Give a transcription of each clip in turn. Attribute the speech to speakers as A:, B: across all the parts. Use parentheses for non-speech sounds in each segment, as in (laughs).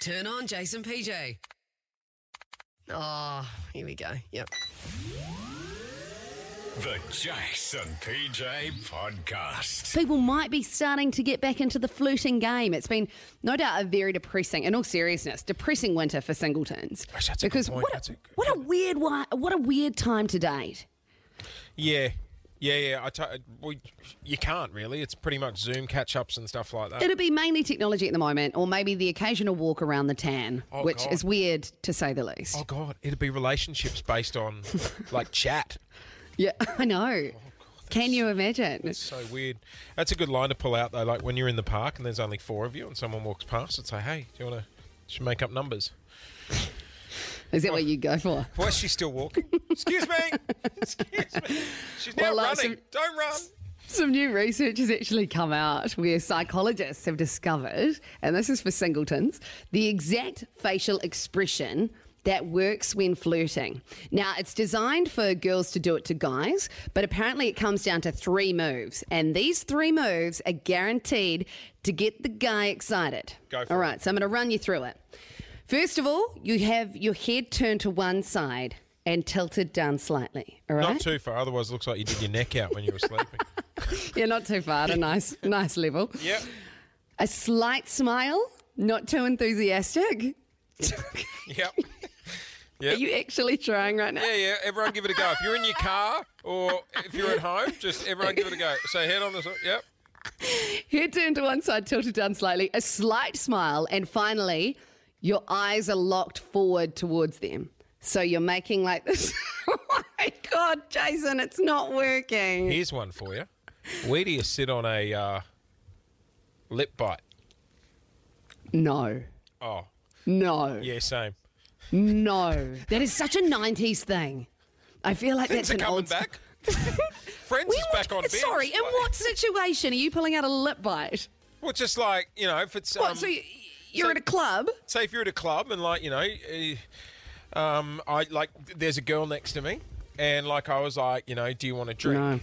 A: Turn on Jason PJ. Oh, here we go. Yep.
B: The Jason PJ Podcast.
C: People might be starting to get back into the fluting game. It's been, no doubt, a very depressing, in all seriousness, depressing winter for singletons.
D: Gosh, that's a good
C: because
D: point.
C: what,
D: That's
C: a,
D: a good-
C: what a weird wi- what a weird time to date.
D: Yeah. Yeah, yeah. I t- we, you can't really. It's pretty much Zoom catch ups and stuff like that.
C: It'll be mainly technology at the moment, or maybe the occasional walk around the tan,
D: Oh,
C: which
D: God.
C: is weird to say the least.
D: oh God, it'd be relationships
C: (laughs)
D: based on like chat.
C: Yeah, (laughs) I
D: Oh,
C: know. Can you imagine?
D: It's so weird. That's a good line to pull out though. Like when you're in the park and there's only four of you and someone walks past, it's like, hey, do you want to? Should make up numbers.
C: Is
D: oh.
C: that what you go for?
D: Why is she still walking? (laughs) Excuse me. Excuse me. She's now
C: Well, uh,
D: running.
C: some-
D: Don't run.
C: Some new research has actually come out where psychologists have discovered, and this is for singletons, the exact facial expression that works when flirting. Now, it's designed for girls to do it to guys, but apparently it comes down to three moves, and these three moves are guaranteed to get the guy excited.
D: Go for
C: All
D: it.
C: right, so I'm going to run you through it. First of all, you have your head turned to one side and tilted down slightly. All right.
D: Not too far. Otherwise, it looks like you did your neck out when you were sleeping.
C: Yeah, not too far. At a nice, nice level.
D: (laughs) yep.
C: A slight smile, not too enthusiastic. (laughs)
D: Yep.
C: Are
D: (laughs) Yep.
C: you actually trying right now?
D: Yeah, yeah. Everyone give it a go. If you're in your car or if you're at home, just everyone give it a go. So head on the side. Yep.
C: Head turned to one side, tilted down slightly, a slight smile, and finally, your eyes are locked forward towards them. So you're making like this. (laughs) oh my God, Jason, it's not working.
D: Here's one for you. Where do you sit on a uh, lip bite?
C: No.
D: Oh,
C: No.
D: yeah, same.
C: No. That is such a 90s thing. I feel like
D: Things
C: that's
D: are
C: an
D: coming
C: old (laughs)
D: back. Friends
C: We
D: is
C: would-
D: back on. Bench.
C: Sorry, in
D: Like-
C: what situation are you pulling out a lip bite?
D: Well, just like you know, if it's
C: What?
D: um,
C: so you- you're
D: so-
C: at a club?
D: say if you're at a club and like you know, uh, um, I like there's a girl next to me, and like I was like, you know, do you want a drink?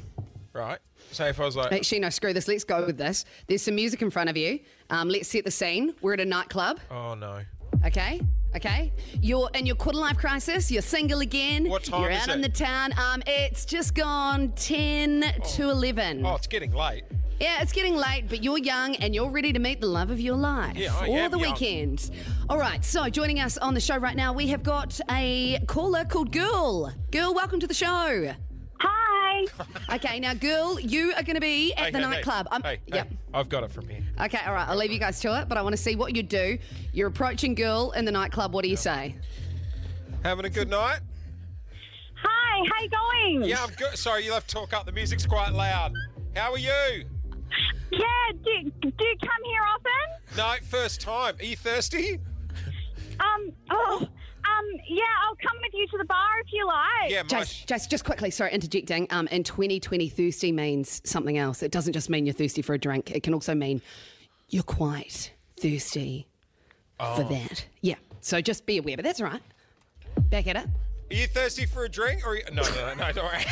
D: Right. So if I was like,
C: Actually, no, screw this. Let's go with this. There's some music in front of you. Um, let's set the scene. We're at a nightclub.
D: oh no,
C: Okay. Okay. You're in your quarter life crisis. You're single again.
D: What time
C: You're
D: is
C: out
D: it?
C: in the town. Um, it's just gone 10 to 11.
D: oh, it's getting late.
C: Yeah, it's getting late, but you're young and you're ready to meet the love of your life.
D: Yeah, I
C: or
D: am
C: the
D: young.
C: weekend. All right, so joining us on the show right now, we have got a caller called Girl. Girl, welcome to the show.
E: Hi.
C: Okay, now, Girl, you are going to be at
D: Hey,
C: the
D: hey, hey.
C: nightclub. I'm-
D: Hey, hey,
C: yep.
D: I've got it from here.
C: Okay, all right, I'll leave you guys to it, but I want to see what you do. You're approaching Girl in the nightclub. What do you say?
D: Having a good night?
E: Hi. How you going?
D: Yeah, I'm good. Sorry, you'll have to talk up. The music's quite loud. How are you?
E: Yeah. Do, do you come here often?
D: No, first time. Are you thirsty?
E: Um. Oh. Um. Yeah. I'll come with you to the bar if you like.
D: Yeah, my
C: Jace,
D: sh-
C: Jace, just quickly, sorry, interjecting. Um, in 2020, thirsty means something else. It doesn't just mean you're thirsty for a drink. It can also mean you're quite thirsty for that. Yeah. So just be aware, but that's all right. Back at it.
D: Are you thirsty for a drink? Or are you- no, no, no, no, don't worry.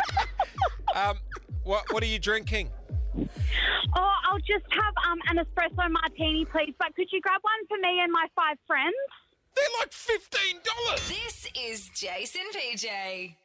D: (laughs) um, what what are you drinking?
E: Or I'll just have um an espresso martini, please. But could you grab one for me and my five friends?
D: They're like fifteen dollars.
F: This is Jason PJ.